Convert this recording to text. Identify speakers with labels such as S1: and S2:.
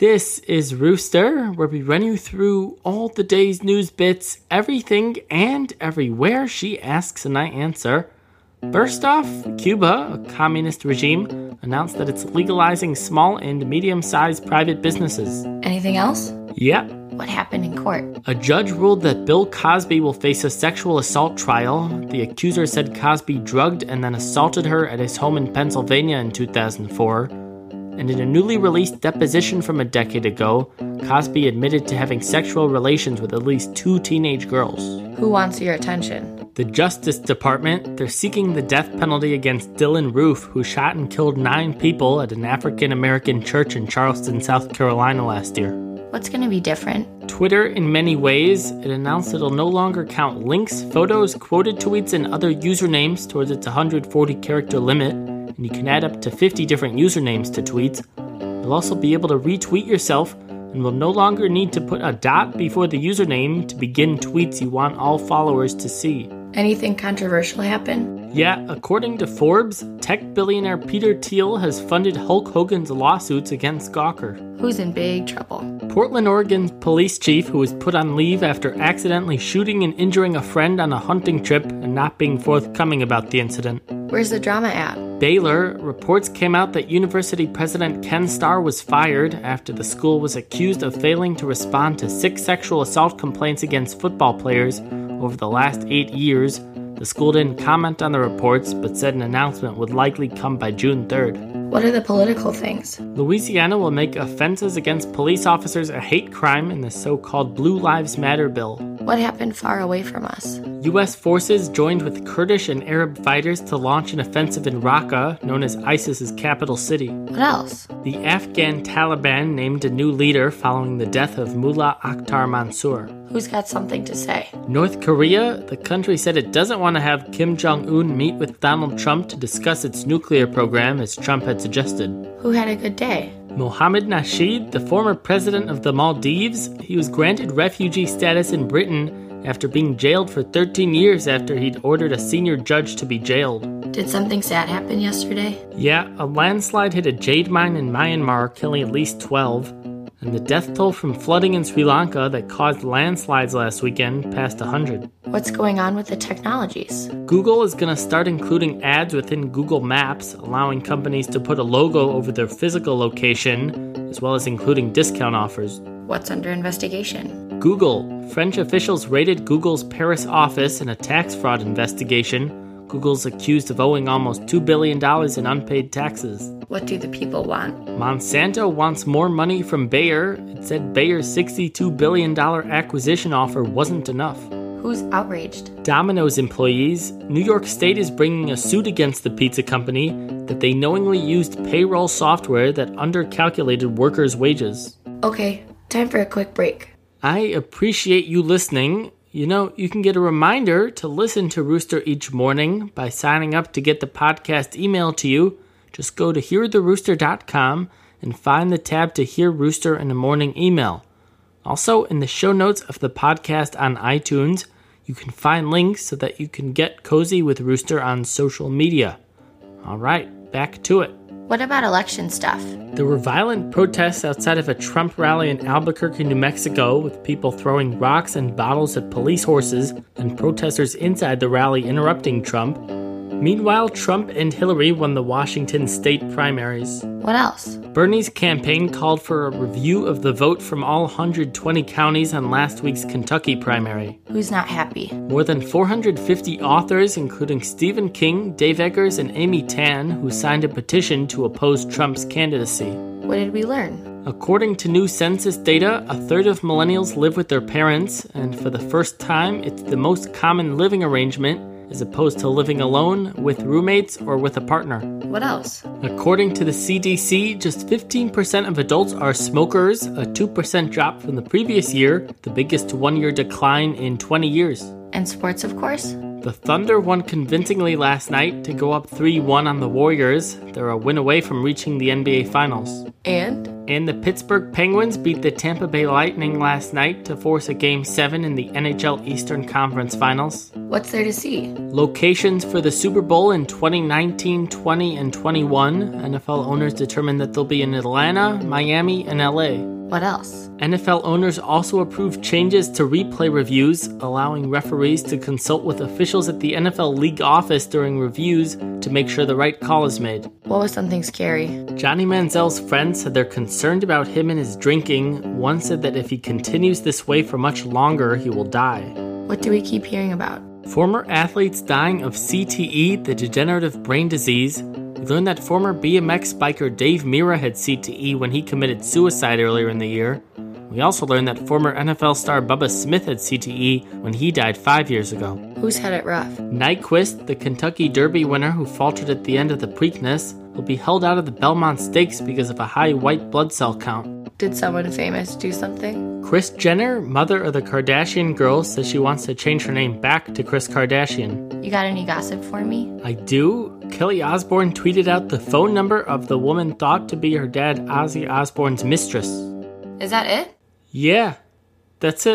S1: This is Rooster, where we run you through all the day's news bits, everything and everywhere she asks and I answer. First off, Cuba, a communist regime, announced that it's legalizing small and medium sized private businesses.
S2: Anything else?
S1: Yep,
S2: What happened in court?
S1: a judge ruled that Bill Cosby will face a sexual assault trial. The accuser said Cosby drugged and then assaulted her at his home in Pennsylvania in 2004. And in a newly released deposition from a decade ago, Cosby admitted to having sexual relations with at least two teenage girls.
S2: Who wants your attention?
S1: The Justice Department, they're seeking the death penalty against Dylan Roof, who shot and killed nine people at an African American church in Charleston, South Carolina last year.
S2: What's going to be different?
S1: Twitter, in many ways, it announced it'll no longer count links, photos, quoted tweets, and other usernames towards its 140 character limit, and you can add up to 50 different usernames to tweets. You'll also be able to retweet yourself, and will no longer need to put a dot before the username to begin tweets you want all followers to see.
S2: Anything controversial happen?
S1: Yeah, according to Forbes, tech billionaire Peter Thiel has funded Hulk Hogan's lawsuits against Gawker.
S2: Who's in big trouble?
S1: Portland, Oregon's police chief, who was put on leave after accidentally shooting and injuring a friend on a hunting trip and not being forthcoming about the incident.
S2: Where's the drama at?
S1: Baylor, reports came out that university president Ken Starr was fired after the school was accused of failing to respond to six sexual assault complaints against football players over the last eight years. The school didn't comment on the reports, but said an announcement would likely come by June 3rd.
S2: What are the political things?
S1: Louisiana will make offenses against police officers a hate crime in the so called Blue Lives Matter bill.
S2: What happened far away from us?
S1: U.S. forces joined with Kurdish and Arab fighters to launch an offensive in Raqqa, known as ISIS's capital city.
S2: What else?
S1: The Afghan Taliban named a new leader following the death of Mullah Akhtar Mansour.
S2: Who's got something to say?
S1: North Korea, the country said it doesn't want to have Kim Jong un meet with Donald Trump to discuss its nuclear program, as Trump had suggested.
S2: Who had a good day?
S1: Mohammed Nasheed, the former president of the Maldives, he was granted refugee status in Britain after being jailed for 13 years after he'd ordered a senior judge to be jailed.
S2: Did something sad happen yesterday?
S1: Yeah, a landslide hit a jade mine in Myanmar, killing at least 12. And the death toll from flooding in Sri Lanka that caused landslides last weekend passed 100.
S2: What's going on with the technologies?
S1: Google is going to start including ads within Google Maps, allowing companies to put a logo over their physical location, as well as including discount offers.
S2: What's under investigation?
S1: Google. French officials raided Google's Paris office in a tax fraud investigation. Google's accused of owing almost $2 billion in unpaid taxes.
S2: What do the people want?
S1: Monsanto wants more money from Bayer. It said Bayer's $62 billion acquisition offer wasn't enough.
S2: Who's outraged?
S1: Domino's employees, New York State is bringing a suit against the pizza company that they knowingly used payroll software that undercalculated workers' wages.
S2: Okay, time for a quick break.
S1: I appreciate you listening. You know, you can get a reminder to listen to Rooster each morning by signing up to get the podcast emailed to you. Just go to heartherooster.com and find the tab to hear Rooster in the morning email. Also, in the show notes of the podcast on iTunes, you can find links so that you can get cozy with Rooster on social media. All right, back to it.
S2: What about election stuff?
S1: There were violent protests outside of a Trump rally in Albuquerque, New Mexico, with people throwing rocks and bottles at police horses and protesters inside the rally interrupting Trump. Meanwhile, Trump and Hillary won the Washington state primaries.
S2: What else?
S1: Bernie's campaign called for a review of the vote from all 120 counties on last week's Kentucky primary.
S2: Who's not happy?
S1: More than 450 authors, including Stephen King, Dave Eggers, and Amy Tan, who signed a petition to oppose Trump's candidacy.
S2: What did we learn?
S1: According to new census data, a third of millennials live with their parents, and for the first time, it's the most common living arrangement as opposed to living alone, with roommates, or with a partner.
S2: What else?
S1: According to the CDC, just 15% of adults are smokers, a 2% drop from the previous year, the biggest one year decline in 20 years.
S2: And sports, of course?
S1: The Thunder won convincingly last night to go up 3 1 on the Warriors. They're a win away from reaching the NBA Finals.
S2: And
S1: And the Pittsburgh Penguins beat the Tampa Bay Lightning last night to force a Game 7 in the NHL Eastern Conference Finals.
S2: what's there to see?
S1: Locations for the Super Bowl in 2019, 20, and 21. NFL owners determined that they'll be in Atlanta, Miami, and LA.
S2: What else?
S1: NFL owners also approved changes to replay reviews, allowing referees to consult with officials at the NFL league office during reviews to make sure the right call is made.
S2: What was something scary?
S1: Johnny Manziel's friends said they're concerned about him and his drinking. One said that if he continues this way for much longer, he will die.
S2: What do we keep hearing about?
S1: Former athletes dying of CTE, the degenerative brain disease. We learned that former BMX biker Dave Mira had CTE when he committed suicide earlier in the year. We also learned that former NFL star Bubba Smith had CTE when he died five years ago.
S2: Who's had it rough?
S1: Nyquist, the Kentucky Derby winner who faltered at the end of the Preakness, will be held out of the Belmont Stakes because of a high white blood cell count.
S2: Did someone famous do something?
S1: Kris Jenner, mother of the Kardashian girls, says she wants to change her name back to Kris Kardashian.
S2: You got any gossip for me?
S1: I do. Kelly Osbourne tweeted out the phone number of the woman thought to be her dad, Ozzy Osbourne's mistress.
S2: Is that it?
S1: Yeah, that's it.